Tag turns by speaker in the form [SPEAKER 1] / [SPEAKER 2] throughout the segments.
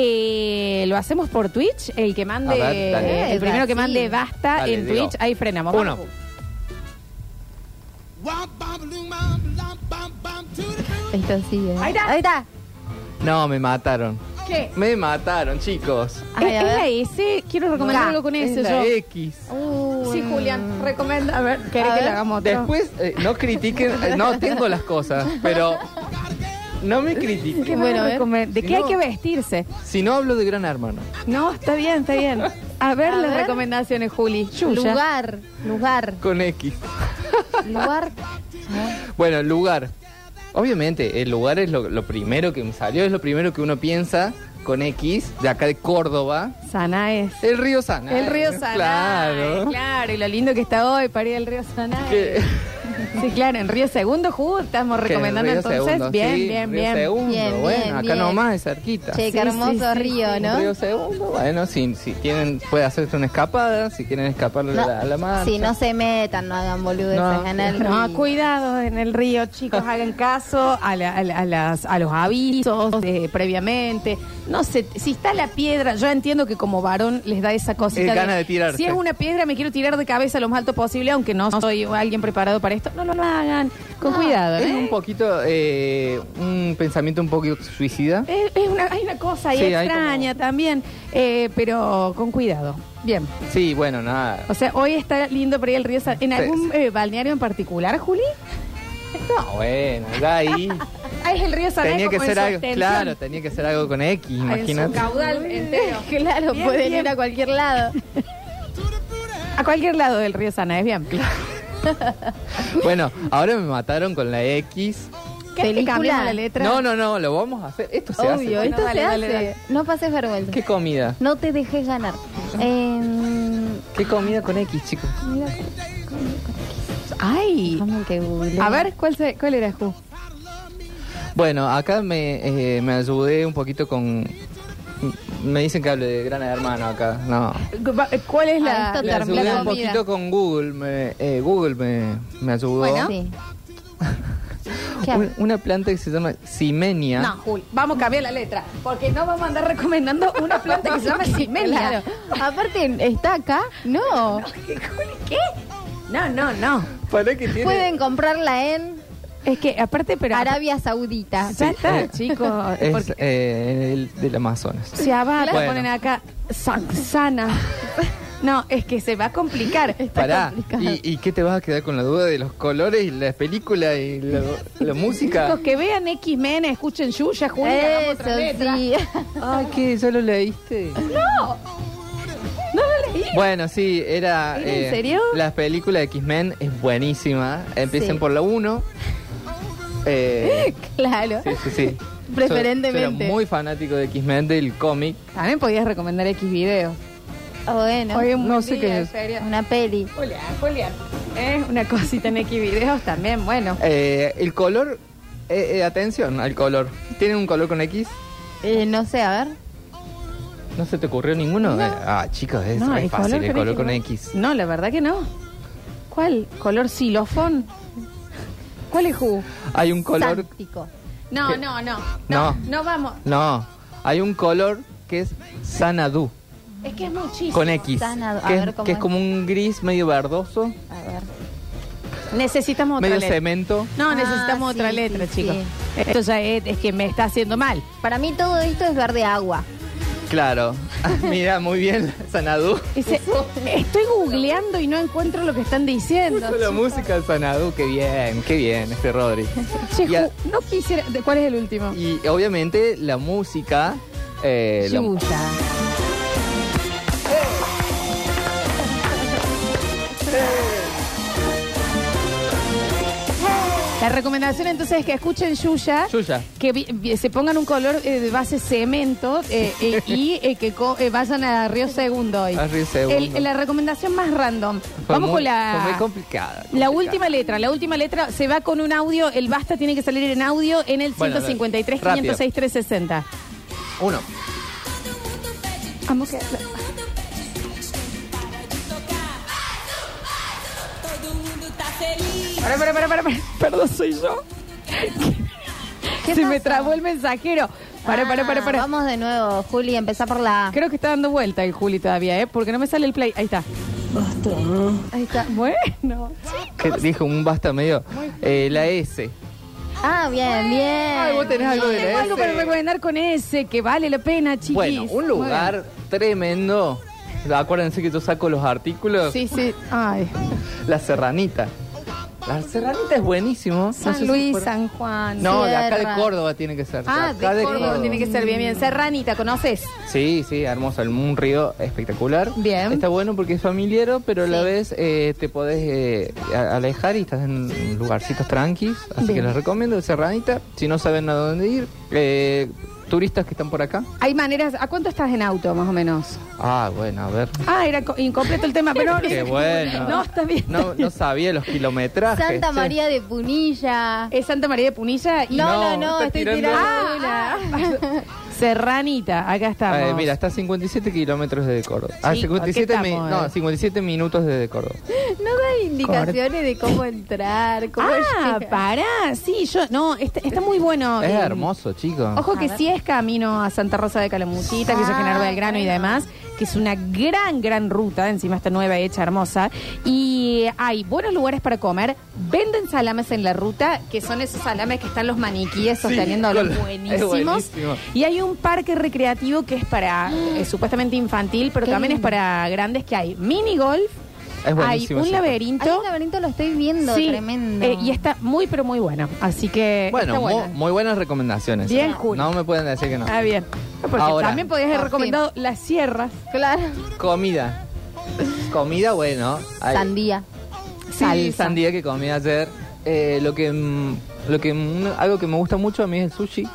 [SPEAKER 1] Eh, lo hacemos por Twitch, el que mande, eh,
[SPEAKER 2] A ver, dale.
[SPEAKER 1] el primero que
[SPEAKER 3] Brasil.
[SPEAKER 1] mande basta
[SPEAKER 2] Dale,
[SPEAKER 1] en
[SPEAKER 2] Diego.
[SPEAKER 1] Twitch, ahí frenamos.
[SPEAKER 2] Uno.
[SPEAKER 1] Vamos.
[SPEAKER 3] Esto sigue.
[SPEAKER 1] Ahí está.
[SPEAKER 3] Ahí está.
[SPEAKER 2] No, me mataron.
[SPEAKER 1] ¿Qué?
[SPEAKER 2] Me mataron, chicos.
[SPEAKER 3] Ay,
[SPEAKER 1] ¿Es,
[SPEAKER 3] a ver.
[SPEAKER 1] es la S? Quiero recomendar
[SPEAKER 3] No.
[SPEAKER 1] algo con
[SPEAKER 2] Es
[SPEAKER 1] ese
[SPEAKER 2] la
[SPEAKER 1] yo.
[SPEAKER 2] X.
[SPEAKER 3] Uh,
[SPEAKER 1] Sí, Julián, recomienda. A ver, ¿querés
[SPEAKER 3] A
[SPEAKER 1] que
[SPEAKER 3] ver.
[SPEAKER 1] le hagamos otro?
[SPEAKER 2] Después, eh, no critiquen. eh, no, tengo las cosas, pero no me critiquen.
[SPEAKER 1] ¿Qué
[SPEAKER 3] Bueno,
[SPEAKER 1] más
[SPEAKER 3] a ver.
[SPEAKER 1] recome- ¿De
[SPEAKER 2] Si
[SPEAKER 1] qué hay
[SPEAKER 2] no-
[SPEAKER 1] que vestirse?
[SPEAKER 2] Si no hablo de Gran Hermano.
[SPEAKER 1] No, está bien, está bien. A ver
[SPEAKER 3] A
[SPEAKER 1] las
[SPEAKER 3] ver.
[SPEAKER 1] recomendaciones, Juli. Yuya.
[SPEAKER 3] Lugar, lugar,
[SPEAKER 2] Con X.
[SPEAKER 3] lugar.
[SPEAKER 2] Bueno, el lugar. Obviamente, el lugar es lo, lo primero que me salió, es lo primero que uno piensa con X, de acá de Córdoba.
[SPEAKER 1] Sanaes.
[SPEAKER 2] El río Sana.
[SPEAKER 1] El río Sanaes. Claro.
[SPEAKER 2] Claro.
[SPEAKER 1] y lo lindo que está hoy para ir al río Sanaes.
[SPEAKER 2] Que-
[SPEAKER 1] Sí, claro, en Río Segundo, Ju, estamos
[SPEAKER 2] que
[SPEAKER 1] recomendando
[SPEAKER 2] el río
[SPEAKER 1] entonces.
[SPEAKER 2] Segundo,
[SPEAKER 1] bien,
[SPEAKER 2] sí,
[SPEAKER 1] bien,
[SPEAKER 2] río
[SPEAKER 1] bien.
[SPEAKER 2] Segundo,
[SPEAKER 3] Bien,
[SPEAKER 2] bueno,
[SPEAKER 3] bien,
[SPEAKER 2] acá
[SPEAKER 3] bien.
[SPEAKER 2] nomás es cerquita.
[SPEAKER 3] Che,
[SPEAKER 1] Sí,
[SPEAKER 3] qué hermoso
[SPEAKER 1] sí, sí,
[SPEAKER 3] río,
[SPEAKER 1] sí.
[SPEAKER 3] ¿no?
[SPEAKER 2] Río Segundo, bueno, si, si tienen, puede hacerse una escapada, si quieren escapar a la, a la marcha.
[SPEAKER 3] Si no se metan, no hagan boludeces
[SPEAKER 2] No.
[SPEAKER 3] en el
[SPEAKER 1] No,
[SPEAKER 3] río.
[SPEAKER 1] cuidado en el río, chicos, hagan caso a, la- a la- a las- a los avisos eh, previamente. No sé, si está la piedra, yo entiendo que como varón les da esa cosita.
[SPEAKER 2] Eh, gana de tirarse.
[SPEAKER 1] Si es una piedra, me quiero tirar de cabeza lo más alto posible, aunque no soy alguien preparado para esto. No lo hagan, con
[SPEAKER 3] No,
[SPEAKER 1] cuidado.
[SPEAKER 2] Es
[SPEAKER 1] ¿eh?
[SPEAKER 2] un poquito, eh, un pensamiento un poco suicida.
[SPEAKER 1] Es- es una- hay una cosa ahí
[SPEAKER 2] Sí, hay
[SPEAKER 1] extraña también, eh, pero con cuidado. Bien.
[SPEAKER 2] Sí, bueno, nada.
[SPEAKER 1] O sea, hoy está lindo para ir al río San... ¿En
[SPEAKER 2] Sí,
[SPEAKER 1] algún eh, balneario en particular, Juli?
[SPEAKER 2] No, Ah, bueno, ya ahí.
[SPEAKER 1] Ah, es el río San
[SPEAKER 2] tenía que ser algo, claro, tenía que ser algo con X,
[SPEAKER 1] En su
[SPEAKER 2] imagínate.
[SPEAKER 1] caudal entero.
[SPEAKER 3] Claro,
[SPEAKER 1] Bien,
[SPEAKER 3] pueden
[SPEAKER 1] bien.
[SPEAKER 3] ir a cualquier lado.
[SPEAKER 1] A cualquier lado del río Sana, es bien.
[SPEAKER 2] Bueno, ahora me mataron con la X.
[SPEAKER 1] ¿Querés que
[SPEAKER 3] Película.
[SPEAKER 1] cambiemos la letra?
[SPEAKER 2] No, no, no, lo vamos a hacer. Esto se
[SPEAKER 3] Obvio,
[SPEAKER 2] hace.
[SPEAKER 1] Bueno,
[SPEAKER 3] esto
[SPEAKER 1] dale,
[SPEAKER 3] se
[SPEAKER 1] dale,
[SPEAKER 3] hace.
[SPEAKER 1] dale.
[SPEAKER 3] No pases vergüenza.
[SPEAKER 2] ¿Qué comida?
[SPEAKER 3] No te dejes ganar. Eh,
[SPEAKER 2] ¿Qué comida con X, chicos?
[SPEAKER 3] mira,
[SPEAKER 1] Ay.
[SPEAKER 3] déjame que google.
[SPEAKER 1] A ver, ¿cuál, se- cuál era, Ju?
[SPEAKER 2] Bueno, acá me, eh, me ayudé un poquito con... Me dicen que hable de Gran Hermano acá, no.
[SPEAKER 1] ¿Cuál es la...?
[SPEAKER 3] la-
[SPEAKER 2] Me
[SPEAKER 3] la
[SPEAKER 2] ayudé
[SPEAKER 3] comida.
[SPEAKER 2] un poquito con Google, me- eh, Google me, me ayudó.
[SPEAKER 3] Bueno, sí. ¿Qué
[SPEAKER 2] Un-
[SPEAKER 3] hago?
[SPEAKER 2] una planta que se llama Simenia.
[SPEAKER 1] No, Juli, vamos a cambiar la letra, porque no vamos a andar recomendando una planta que se llama Simela.
[SPEAKER 3] Claro. Aparte, eh, ¿está acá? No.
[SPEAKER 1] Juli, ¿qué? No, no, no.
[SPEAKER 2] Para que tiene...
[SPEAKER 3] Pueden comprarla en
[SPEAKER 1] Es que aparte, pero...
[SPEAKER 3] Arabia Saudita.
[SPEAKER 1] Ya está, chicos.
[SPEAKER 2] Ah, Es
[SPEAKER 1] porque
[SPEAKER 2] eh, el- del Amazonas.
[SPEAKER 1] se abata,
[SPEAKER 2] Bueno.
[SPEAKER 1] ponen acá Sansana. No, es que se va a complicar.
[SPEAKER 2] Pará,
[SPEAKER 3] complicado.
[SPEAKER 2] ¿Y, y qué te vas a quedar con la duda de los colores y la película y lo- la música?
[SPEAKER 1] Chicos, que vean X-Men, escuchen Yuya, Juli, hagamos
[SPEAKER 3] Eso
[SPEAKER 1] otra letra.
[SPEAKER 3] sí.
[SPEAKER 2] Ay, ¿qué? ¿Ya lo leíste?
[SPEAKER 1] No lo leí.
[SPEAKER 2] Bueno, sí, era... eh,
[SPEAKER 1] ¿Era en serio?
[SPEAKER 2] La película de X-Men es buenísima. Empiecen
[SPEAKER 3] Sí.
[SPEAKER 2] por la 1. Eh,
[SPEAKER 3] Claro.
[SPEAKER 2] sí, sí, sí.
[SPEAKER 3] Preferentemente.
[SPEAKER 2] Yo- yo era muy fanático de X-Men, del cómic.
[SPEAKER 1] También podías recomendar X videos.
[SPEAKER 3] Ah, Bueno,
[SPEAKER 1] Hoy es un
[SPEAKER 2] No
[SPEAKER 1] buen
[SPEAKER 2] sé
[SPEAKER 1] día,
[SPEAKER 2] qué
[SPEAKER 1] en
[SPEAKER 2] es.
[SPEAKER 1] serio.
[SPEAKER 3] una peli.
[SPEAKER 1] Julián, Julián. Eh, una cosita en X videos también, bueno.
[SPEAKER 2] Eh, el color... eh, eh, atención al color. ¿Tienen un color con X?
[SPEAKER 3] Eh, no sé, a ver.
[SPEAKER 2] ¿No se te ocurrió ninguno? Eh, ah, chicos, es re fácil el color con
[SPEAKER 1] no.
[SPEAKER 2] X.
[SPEAKER 1] No, la verdad que no. ¿Cuál? ¿Color xilofón? ¿Cuál es Ju?
[SPEAKER 2] Hay un color...
[SPEAKER 3] Sántico.
[SPEAKER 1] No,
[SPEAKER 2] ¿Qué?
[SPEAKER 1] no, no,
[SPEAKER 2] No.
[SPEAKER 1] No vamos.
[SPEAKER 2] No, hay un color que es Sanadú,
[SPEAKER 1] Es que es muchísimo.
[SPEAKER 2] con X.
[SPEAKER 3] Xanadu, a
[SPEAKER 2] que, es-
[SPEAKER 3] ver cómo
[SPEAKER 2] que es
[SPEAKER 3] es.
[SPEAKER 2] como un gris medio verdoso,
[SPEAKER 3] A ver.
[SPEAKER 1] Necesitamos otra
[SPEAKER 2] medio
[SPEAKER 1] letra.
[SPEAKER 2] cemento.
[SPEAKER 1] No,
[SPEAKER 3] Ah,
[SPEAKER 1] necesitamos
[SPEAKER 3] sí,
[SPEAKER 1] otra
[SPEAKER 3] sí,
[SPEAKER 1] letra,
[SPEAKER 3] sí.
[SPEAKER 1] chicos. Esto ya es, es que me está haciendo mal.
[SPEAKER 3] Para mí todo esto es verde agua.
[SPEAKER 2] Claro, mira, muy bien, Sanadú.
[SPEAKER 1] Dice, estoy googleando y no encuentro lo que están diciendo.
[SPEAKER 2] Puso la música de Sanadú, qué bien, qué bien, este Rodri.
[SPEAKER 1] Che,
[SPEAKER 2] Y, a-
[SPEAKER 1] Ju, no quisiera. ¿de ¿Cuál es el último?
[SPEAKER 2] y obviamente la música... eh, la-
[SPEAKER 1] Yuya. Eh. La recomendación entonces es que escuchen Yuya.
[SPEAKER 2] Yuya.
[SPEAKER 1] Que vi- vi- se pongan un color eh, de base cemento eh, eh, y eh, que co- eh, vayan a Río Segundo hoy.
[SPEAKER 2] A Río Segundo.
[SPEAKER 1] El- la recomendación más random.
[SPEAKER 2] Fue
[SPEAKER 1] Vamos
[SPEAKER 2] muy-
[SPEAKER 1] con la.
[SPEAKER 2] fue muy complicada.
[SPEAKER 1] La
[SPEAKER 2] complicada.
[SPEAKER 1] última letra, la última letra se va con un audio, el basta tiene que salir en audio en el
[SPEAKER 2] Bueno,
[SPEAKER 1] 153
[SPEAKER 2] rápido.
[SPEAKER 1] 506 360.
[SPEAKER 2] Uno.
[SPEAKER 1] Vamos que Para, para, para, para, para. Perdón, soy yo.
[SPEAKER 3] ¿Qué
[SPEAKER 1] Se me
[SPEAKER 3] pasó?
[SPEAKER 1] trabó el mensajero. Para, para, para, para.
[SPEAKER 3] Vamos de nuevo, Juli, empezá por la A.
[SPEAKER 1] Creo que está dando vuelta el Juli todavía, ¿eh? Porque no me sale el play. Ahí está.
[SPEAKER 3] Ahí está.
[SPEAKER 1] Bueno.
[SPEAKER 2] Que dijo un basta medio. Eh, la S.
[SPEAKER 3] Ah, bien, bien.
[SPEAKER 2] Ay, vos tenés algo de
[SPEAKER 1] Tengo
[SPEAKER 2] la
[SPEAKER 1] algo para
[SPEAKER 2] S.
[SPEAKER 1] recomendar con ese que vale la pena, chiquis.
[SPEAKER 2] Bueno, un lugar tremendo. Acuérdense que yo saco los artículos.
[SPEAKER 1] Sí, sí. Ay.
[SPEAKER 2] La Serranita. La Serranita es buenísimo. No sé
[SPEAKER 1] San
[SPEAKER 2] si
[SPEAKER 1] Luis,
[SPEAKER 2] fuera-
[SPEAKER 1] San Juan.
[SPEAKER 2] No, de acá
[SPEAKER 3] Sierra.
[SPEAKER 2] de Córdoba tiene que ser.
[SPEAKER 1] Ah,
[SPEAKER 2] acá
[SPEAKER 1] de Córdoba tiene que ser bien, bien. Serranita, ¿conoces?
[SPEAKER 2] Sí, sí, hermoso. el- Un río espectacular.
[SPEAKER 1] Bien.
[SPEAKER 2] Está bueno porque es familiar, pero a la vez eh, te podés eh, a- alejar y estás en lugarcitos tranquis. Así
[SPEAKER 1] Bien.
[SPEAKER 2] que les recomiendo el Serranita. Si no saben a dónde ir, eh, turistas que están por acá.
[SPEAKER 1] Hay maneras. ¿A cuánto estás en auto, más o menos?
[SPEAKER 2] Ah, bueno, a ver.
[SPEAKER 1] Ah, era co- incompleto el tema, pero.
[SPEAKER 2] Qué bueno.
[SPEAKER 1] No, está bien.
[SPEAKER 2] No, no sabía los kilometrajes.
[SPEAKER 3] Santa
[SPEAKER 2] che.
[SPEAKER 3] María de Punilla.
[SPEAKER 1] Es Santa María de Punilla y.
[SPEAKER 3] No, no, no,
[SPEAKER 2] Este. No, está
[SPEAKER 3] estoy
[SPEAKER 2] tirando-
[SPEAKER 3] tirando
[SPEAKER 1] Ah,
[SPEAKER 3] una.
[SPEAKER 1] Serranita, acá estamos.
[SPEAKER 2] Eh, mira, está a 57 kilómetros de Córdoba. Ah,
[SPEAKER 1] Chico,
[SPEAKER 2] 57,
[SPEAKER 1] ¿qué
[SPEAKER 2] mi-
[SPEAKER 1] estamos, eh?
[SPEAKER 2] no, 57 minutos desde Córdoba.
[SPEAKER 3] No da indicaciones de cómo entrar, cómo
[SPEAKER 1] Ah,
[SPEAKER 3] llegar.
[SPEAKER 1] pará, sí, yo, no, está, está muy bueno.
[SPEAKER 2] es
[SPEAKER 1] Eh,
[SPEAKER 2] hermoso, chicos.
[SPEAKER 1] Ojo que
[SPEAKER 3] ver.
[SPEAKER 1] sí es camino a Santa Rosa de Calamutita, que yo
[SPEAKER 3] Ah,
[SPEAKER 1] General Belgrano y
[SPEAKER 3] bueno.
[SPEAKER 1] demás, que es una gran, gran ruta, encima está nueva, hecha, hermosa. Y hay buenos lugares para comer, venden salames en la ruta, que son esos salames que están los maniquíes sosteniéndolos,
[SPEAKER 2] con la- es
[SPEAKER 1] buenísimos.
[SPEAKER 2] buenísimo.
[SPEAKER 1] Y hay un parque recreativo que es para, eh, supuestamente infantil, pero
[SPEAKER 3] Qué
[SPEAKER 1] también
[SPEAKER 3] lindo.
[SPEAKER 1] es para grandes, que hay mini golf,
[SPEAKER 2] Es
[SPEAKER 1] hay
[SPEAKER 2] buenísimo
[SPEAKER 1] un
[SPEAKER 2] ese
[SPEAKER 1] laberinto.
[SPEAKER 3] Ahí el laberinto lo estoy viendo,
[SPEAKER 1] Sí,
[SPEAKER 3] tremendo.
[SPEAKER 1] eh, y está muy, pero muy bueno. Así que.
[SPEAKER 2] Bueno,
[SPEAKER 1] Eh, está
[SPEAKER 2] mu- muy buenas recomendaciones.
[SPEAKER 1] Bien, Julio.
[SPEAKER 2] No me pueden decir que no.
[SPEAKER 1] Ah, bien. Porque
[SPEAKER 2] Ahora.
[SPEAKER 1] también podías haber
[SPEAKER 3] Por
[SPEAKER 1] recomendado las sierras.
[SPEAKER 3] Claro.
[SPEAKER 2] Comida. Comida, bueno. Ay,
[SPEAKER 3] Sandía.
[SPEAKER 2] sí,
[SPEAKER 1] salsa.
[SPEAKER 2] sandía que comí ayer. Eh, lo que, mm, lo que, mm, algo que me gusta mucho a mí es el sushi.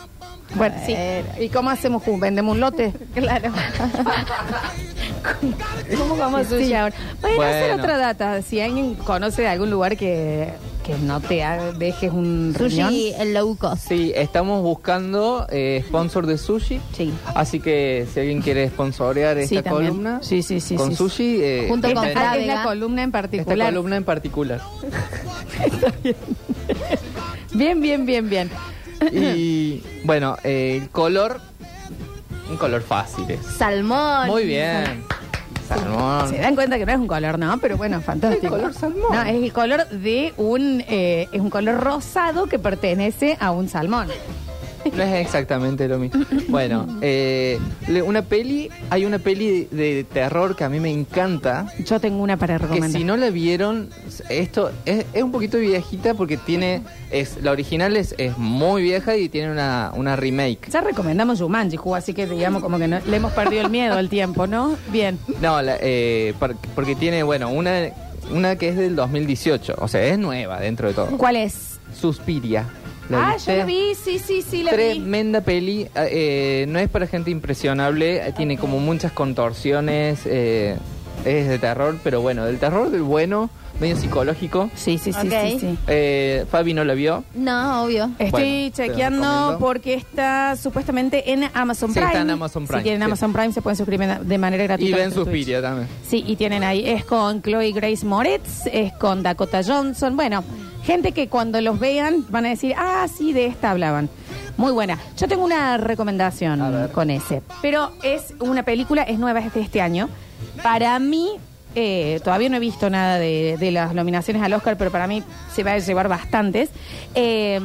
[SPEAKER 1] Bueno, sí. ¿Y cómo hacemos? juntos? ¿Vendemos un lote?
[SPEAKER 3] Claro.
[SPEAKER 1] ¿Cómo vamos a sushi ahora? Bueno,
[SPEAKER 2] Bueno.
[SPEAKER 1] hacer otra data. Si alguien conoce de algún lugar que, que no te ha- dejes un riñón.
[SPEAKER 3] Sushi, el low cost.
[SPEAKER 2] Sí, estamos buscando eh, sponsor de sushi.
[SPEAKER 1] Sí.
[SPEAKER 2] Así que si alguien quiere sponsorear
[SPEAKER 1] Sí,
[SPEAKER 2] esta
[SPEAKER 1] también.
[SPEAKER 2] columna
[SPEAKER 1] Sí, sí, sí,
[SPEAKER 2] con
[SPEAKER 1] sí, sí.
[SPEAKER 2] sushi, eh,
[SPEAKER 3] Junto con
[SPEAKER 2] ven-
[SPEAKER 3] Fran.
[SPEAKER 1] Esta Ah, es la
[SPEAKER 3] Vega.
[SPEAKER 1] columna en
[SPEAKER 2] esta
[SPEAKER 1] particular.
[SPEAKER 2] columna en particular.
[SPEAKER 1] Bien, bien, bien, bien.
[SPEAKER 2] Y bueno, eh, el color, un color fácil. es.
[SPEAKER 3] Salmón.
[SPEAKER 2] Muy bien. Salmón.
[SPEAKER 1] Se dan cuenta que no es un color, ¿no? Pero bueno, fantástico.
[SPEAKER 2] El color salmón.
[SPEAKER 1] No, es el color de un... eh, es un color rosado que pertenece a un salmón.
[SPEAKER 2] No es exactamente lo mismo. Bueno, eh, le- una peli, hay una peli de, de terror que a mí me encanta.
[SPEAKER 1] Yo tengo una para
[SPEAKER 2] Que
[SPEAKER 1] recomendar.
[SPEAKER 2] si no la vieron, esto es, es un poquito viejita porque tiene. Es, la original es, es muy vieja y tiene una, una remake.
[SPEAKER 1] Ya recomendamos Jumanji, Ju, así que digamos como que no- le hemos perdido el miedo al tiempo, ¿no? Bien.
[SPEAKER 2] No, la- eh, par- porque tiene, bueno, una, una que es del 2018. O sea, es nueva dentro de todo.
[SPEAKER 1] ¿Cuál es?
[SPEAKER 2] Suspiria. ¿La
[SPEAKER 1] Ah,
[SPEAKER 2] viste?
[SPEAKER 1] yo la vi, sí, sí, sí, la vi.
[SPEAKER 2] Tremenda peli, eh, eh, no es para gente impresionable, eh, tiene como muchas contorsiones, eh, es de terror, pero bueno, del terror del bueno, medio psicológico.
[SPEAKER 1] Sí, sí, sí,
[SPEAKER 3] Ok.
[SPEAKER 1] sí, sí.
[SPEAKER 2] Eh, Fabi no la vio.
[SPEAKER 3] No, obvio.
[SPEAKER 1] Estoy
[SPEAKER 2] Bueno, te
[SPEAKER 1] chequeando
[SPEAKER 2] recomiendo.
[SPEAKER 1] porque está supuestamente en Amazon
[SPEAKER 2] Sí,
[SPEAKER 1] Prime.
[SPEAKER 2] está en Amazon Prime,
[SPEAKER 1] Si tienen
[SPEAKER 2] sí.
[SPEAKER 1] Amazon Prime se pueden suscribir na- de manera gratuita.
[SPEAKER 2] Y ven
[SPEAKER 1] nuestro Twitch.
[SPEAKER 2] Suspiria también.
[SPEAKER 1] Sí, y tienen ahí, es con Chloe Grace Moretz, es con Dakota Johnson, bueno, gente que cuando los vean van a decir, ah, sí, de esta hablaban. Muy buena. Yo tengo una
[SPEAKER 2] A
[SPEAKER 1] recomendación
[SPEAKER 2] ver.
[SPEAKER 1] con ese, pero es una película, es nueva, es de este año. Para mí, eh, todavía no he visto nada de, de las nominaciones al Oscar, pero para mí se va a llevar bastantes. Eh,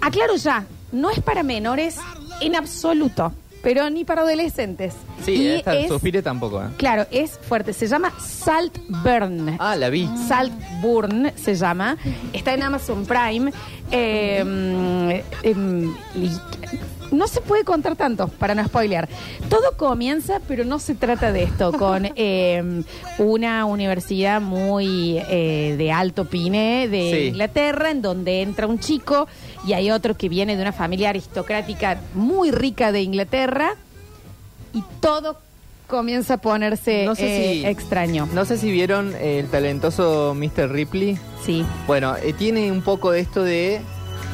[SPEAKER 1] aclaro ya, no es para menores en absoluto, pero ni para adolescentes.
[SPEAKER 2] Sí,
[SPEAKER 1] Y
[SPEAKER 2] esta,
[SPEAKER 1] es-
[SPEAKER 2] Suspiria tampoco. eh.
[SPEAKER 1] Claro, es fuerte. Se llama Saltburn.
[SPEAKER 2] Ah, la vi.
[SPEAKER 1] Saltburn se llama. Está en Amazon Prime. Eh, em, y no se puede contar tanto, para no spoilear. Todo comienza, pero no se trata de esto, con eh, una universidad muy eh, de alto pine de
[SPEAKER 2] Sí.
[SPEAKER 1] Inglaterra, en donde entra un chico y hay otro que viene de una familia aristocrática muy rica de Inglaterra y todo comienza a ponerse
[SPEAKER 2] No sé
[SPEAKER 1] eh,
[SPEAKER 2] si-
[SPEAKER 1] extraño.
[SPEAKER 2] No sé si vieron el talentoso Mr. Ripley.
[SPEAKER 1] Sí.
[SPEAKER 2] Bueno, eh, tiene un poco de esto de...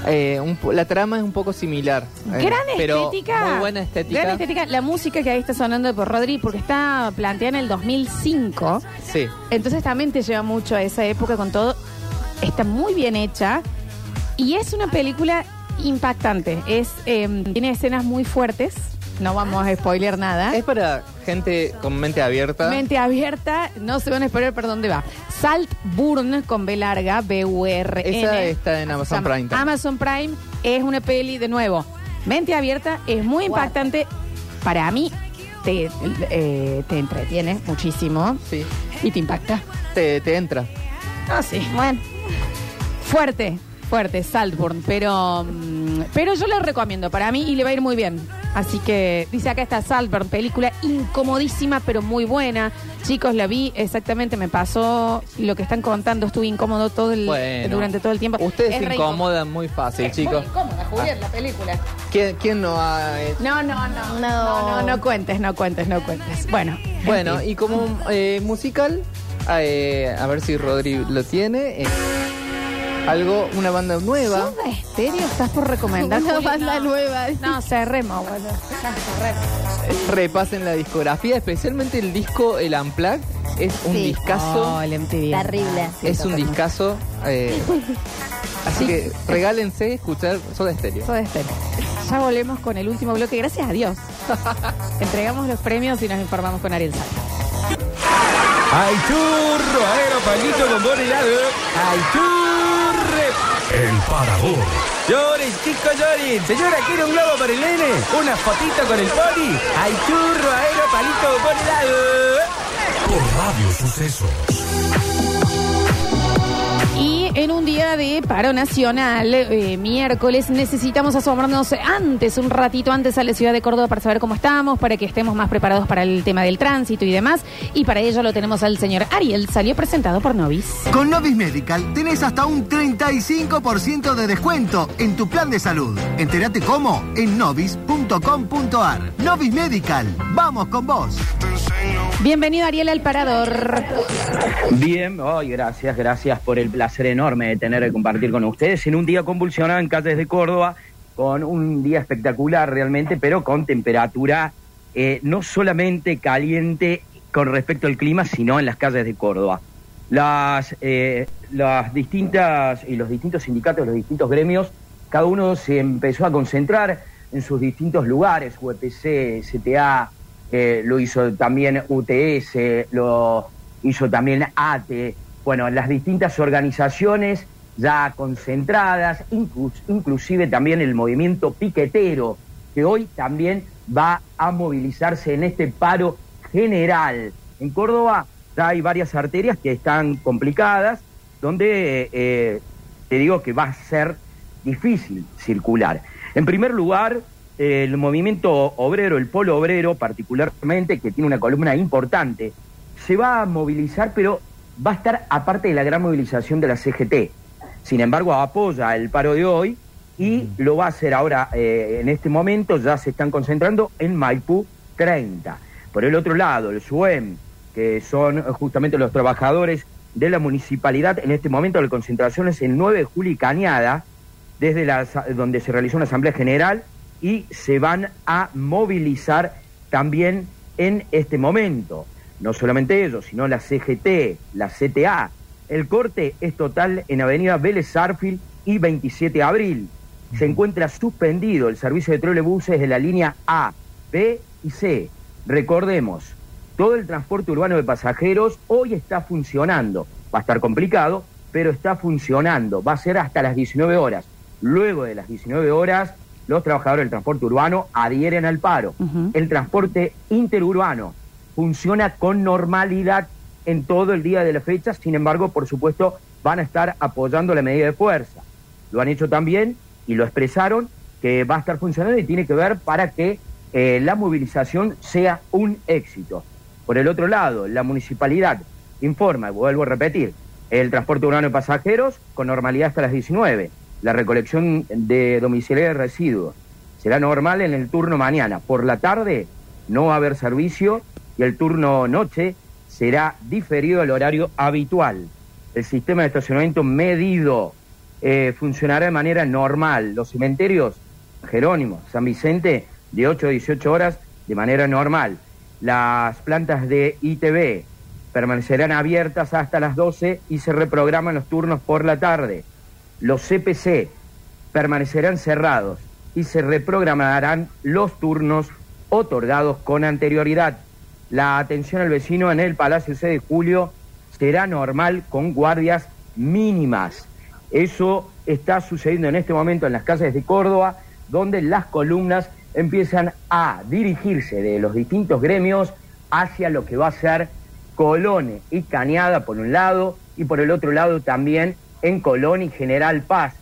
[SPEAKER 2] eh, un po- la trama es un poco similar. eh,
[SPEAKER 1] Gran
[SPEAKER 2] pero
[SPEAKER 1] estética.
[SPEAKER 2] Muy buena estética.
[SPEAKER 1] Gran estética. La música que ahí está sonando de por Rodri, porque está planteada en el 2005.
[SPEAKER 2] Sí.
[SPEAKER 1] Entonces también te lleva mucho a esa época con todo. Está muy bien hecha. Y es una película impactante. Es, eh, tiene escenas muy fuertes. No vamos a spoiler nada.
[SPEAKER 2] Es para gente con mente abierta.
[SPEAKER 1] Mente abierta, no se van a esperar por dónde va. Saltburn con B larga, B-U-R-N.
[SPEAKER 2] Esa está en Amazon
[SPEAKER 1] Se llama
[SPEAKER 2] Prime también.
[SPEAKER 1] Amazon Prime es una peli, de nuevo, mente abierta, es muy impactante. Para mí, te, eh, te entretiene muchísimo
[SPEAKER 2] Sí.
[SPEAKER 1] y te impacta.
[SPEAKER 2] Te, te entra.
[SPEAKER 1] Ah, sí.
[SPEAKER 3] Bueno,
[SPEAKER 1] Fuerte, fuerte, Saltburn. Pero, mm, pero yo le recomiendo para mí y le va a ir muy bien. Así que dice acá está Saltburn, película incomodísima pero muy buena. Chicos, la vi exactamente, me pasó lo que están contando, estuve incómodo todo el,
[SPEAKER 2] Bueno.
[SPEAKER 1] durante todo el tiempo.
[SPEAKER 2] Ustedes
[SPEAKER 1] Es
[SPEAKER 2] se
[SPEAKER 1] re incómodo.
[SPEAKER 2] incomodan muy fácil,
[SPEAKER 1] Es
[SPEAKER 2] chicos.
[SPEAKER 1] muy incómoda, Julián, la película.
[SPEAKER 2] ¿Quién, quién no ha hecho?
[SPEAKER 1] No, no, no, no,
[SPEAKER 3] No.
[SPEAKER 1] no, no cuentes, no cuentes, no cuentes. Bueno, en
[SPEAKER 2] Bueno,
[SPEAKER 1] fin.
[SPEAKER 2] y como eh, musical, eh, a ver si Rodri lo tiene. eh, algo, una banda nueva.
[SPEAKER 1] ¿Soda Estéreo estás por recomendar?
[SPEAKER 3] una
[SPEAKER 1] Juli?
[SPEAKER 3] banda
[SPEAKER 1] No.
[SPEAKER 3] nueva.
[SPEAKER 1] No, cerremos, bueno. Ya cerremos.
[SPEAKER 2] Repasen la discografía, especialmente el disco El Unplugged. Es un
[SPEAKER 3] Sí.
[SPEAKER 2] discazo.
[SPEAKER 1] Oh, el MTV.
[SPEAKER 3] Terrible.
[SPEAKER 2] es un discazo. eh, así que regálense escuchar Soda Stereo.
[SPEAKER 1] Todo este. Ya volvemos con el último bloque. Gracias a Dios. Entregamos los premios y nos informamos con Ariel Sala.
[SPEAKER 4] ¡Ay, churro! Aero, palito, bombón, helado. ¡Ay, churre!
[SPEAKER 5] El parador.
[SPEAKER 4] Lloren, chicos, lloren. Señora, ¿quiere un globo para el nene? ¿Una fotito con el pony? ¡Ay, churro! Aero, palito, bombón, helado.
[SPEAKER 5] Por Radio Sucesos.
[SPEAKER 1] Y en un día de paro nacional, eh, miércoles, necesitamos asomarnos antes, un ratito antes a la ciudad de Córdoba para saber cómo estamos, para que estemos más preparados para el tema del tránsito y demás. Y para ello lo tenemos al señor Ariel, salió presentado por Novis.
[SPEAKER 6] Con Novis Medical tenés hasta un 35% de descuento en tu plan de salud. Entérate cómo en novis.com.ar. Novis Medical, vamos con vos.
[SPEAKER 1] Bienvenido Ariel al parador.
[SPEAKER 7] Bien, ay, gracias, gracias por el placer enorme de tener que compartir con ustedes en un día convulsionado en calles de Córdoba, con un día espectacular realmente, pero con temperatura eh, no solamente caliente con respecto al clima, sino en las calles de Córdoba. Las, eh, las distintas y los distintos sindicatos, los distintos gremios, cada uno se empezó a concentrar en sus distintos lugares, E UEPC, CTA, eh, lo hizo también UTS, lo hizo también ATE, bueno, las distintas organizaciones ya concentradas, inclu- inclusive también el movimiento piquetero, que hoy también va a movilizarse en este paro general. En Córdoba ya hay varias arterias que están complicadas, donde eh, eh, te digo que va a ser difícil circular. En primer lugar, eh, el movimiento obrero, el polo obrero particularmente, que tiene una columna importante, se va a movilizar, pero va a estar aparte de la gran movilización de la CGT. Sin embargo, apoya el paro de hoy y lo va a hacer ahora, eh, en este momento, ya se están concentrando en Maipú 30. Por el otro lado, el SUEM, que son eh, justamente los trabajadores de la municipalidad, en este momento la concentración es el 9 de julio y Cañada, desde la asa- donde se realizó una asamblea general y se van a movilizar también en este momento. No solamente ellos, sino la CGT, la CTA. El corte es total en Avenida Vélez Sarfield y 27 de abril. Se encuentra suspendido el servicio de trolebuses de la línea A, B y C. Recordemos, todo el transporte urbano de pasajeros hoy está funcionando. Va a estar complicado, pero está funcionando. Va a ser hasta las 19 horas. Luego de las 19 horas, los trabajadores del transporte urbano adhieren al paro.
[SPEAKER 1] Ujú.
[SPEAKER 7] El transporte interurbano funciona con normalidad en todo el día de la fecha. Sin embargo, por supuesto, van a estar apoyando la medida de fuerza lo han hecho también y lo expresaron que va a estar funcionando y tiene que ver para que eh, la movilización sea un éxito. Por el otro lado, la municipalidad informa, y vuelvo a repetir, el transporte urbano de pasajeros con normalidad hasta las 19, la recolección de domiciliaria de residuos será normal en el turno mañana, por la tarde no va a haber servicio y el turno noche será diferido al horario habitual. El sistema de estacionamiento medido eh, funcionará de manera normal. Los cementerios, Jerónimo, San Vicente, de 8 a 18 horas, de manera normal. Las plantas de ITV permanecerán abiertas hasta las 12 y se reprograman los turnos por la tarde. Los CPC permanecerán cerrados y se reprogramarán los turnos otorgados con anterioridad. La atención al vecino en el Palacio C de Julio será normal con guardias mínimas. Eso está sucediendo en este momento en las calles de Córdoba, donde las columnas empiezan a dirigirse de los distintos gremios hacia lo que va a ser Colón y Cañada por un lado y por el otro lado también en Colón y General Paz.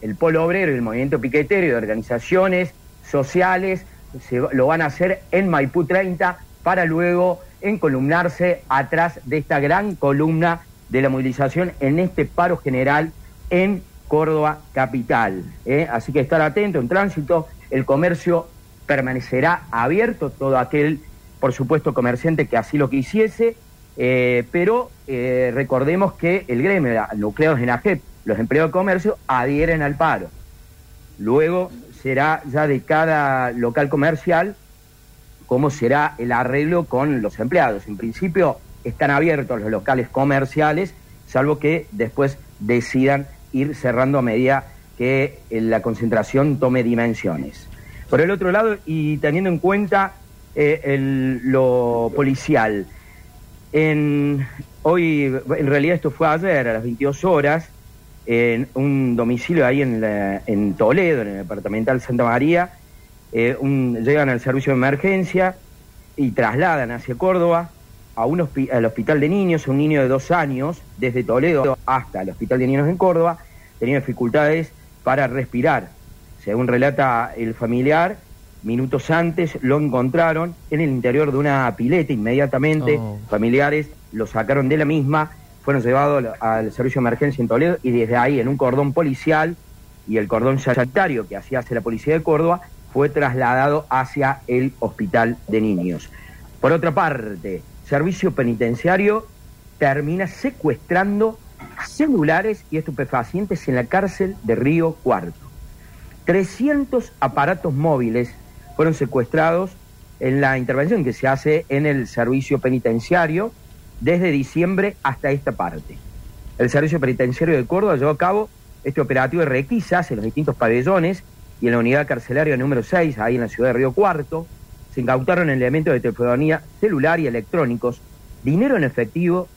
[SPEAKER 7] El Polo Obrero y el Movimiento Piquetero y de organizaciones sociales se- lo van a hacer en Maipú 30 para luego encolumnarse atrás de esta gran columna de la movilización en este paro general en Córdoba capital. ¿eh? Así que estar atento en tránsito, el comercio permanecerá abierto, todo aquel, por supuesto, comerciante que así lo quisiese, eh, pero eh, recordemos que el gremio, la- nucleos en AGEP, los empleados de comercio, adhieren al paro. Luego será ya de cada local comercial cómo será el arreglo con los empleados. En principio están abiertos los locales comerciales, salvo que después decidan ir cerrando a medida que eh, la concentración tome dimensiones. Por el otro lado, y teniendo en cuenta eh, el- lo policial, en, hoy, en realidad esto fue ayer, a las 22 horas, en un domicilio ahí en, la- en Toledo, en el departamental Santa María, eh, un- llegan al servicio de emergencia y trasladan hacia Córdoba a un hospi- al hospital de niños, un niño de dos años, desde Toledo hasta el hospital de niños en Córdoba, tenía dificultades para respirar. Según relata el familiar, minutos antes lo encontraron en el interior de una pileta inmediatamente.
[SPEAKER 2] Oh.
[SPEAKER 7] Familiares lo sacaron de la misma, fueron llevados al, al servicio de emergencia en Toledo y desde ahí en un cordón policial y el cordón sanitario que hacía hacia la policía de Córdoba fue trasladado hacia el hospital de niños. Por otra parte, servicio penitenciario termina secuestrando celulares y estupefacientes en la cárcel de Río Cuarto. 300 aparatos móviles fueron secuestrados en la intervención que se hace en el servicio penitenciario desde diciembre hasta esta parte. El servicio penitenciario de Córdoba llevó a cabo este operativo de requisas en los distintos pabellones y en la unidad carcelaria número 6, ahí en la ciudad de Río Cuarto. Se incautaron elementos de telefonía celular y electrónicos, dinero en efectivo,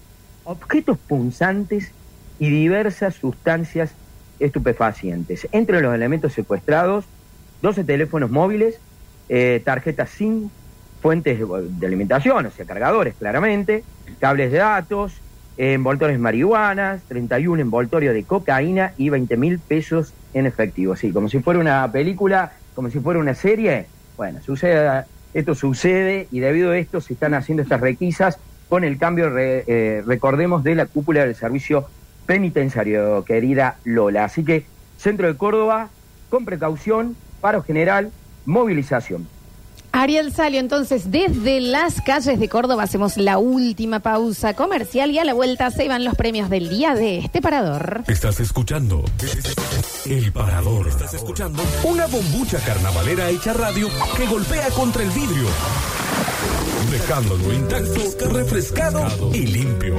[SPEAKER 7] objetos punzantes y diversas sustancias estupefacientes. Entre los elementos secuestrados, 12 teléfonos móviles, eh, tarjetas SIM, fuentes de, de alimentación, o sea, cargadores claramente, cables de datos, eh, envoltorios de marihuanas, 31 envoltorios de cocaína y 20 mil pesos en efectivo. Sí, como si fuera una película, como si fuera una serie. Bueno, sucede, esto sucede y debido a esto se están haciendo estas requisas con el cambio, re- eh, recordemos, de la cúpula del servicio penitenciario, querida Lola. Así que, centro de Córdoba, con precaución, paro general, movilización.
[SPEAKER 1] Ariel Salio, entonces, desde las calles de Córdoba hacemos la última pausa comercial y a la vuelta se van los premios del día de este parador.
[SPEAKER 5] Estás escuchando El Parador. Estás escuchando una bombucha carnavalera hecha radio que golpea contra el vidrio, dejándolo intacto, refrescado y limpio.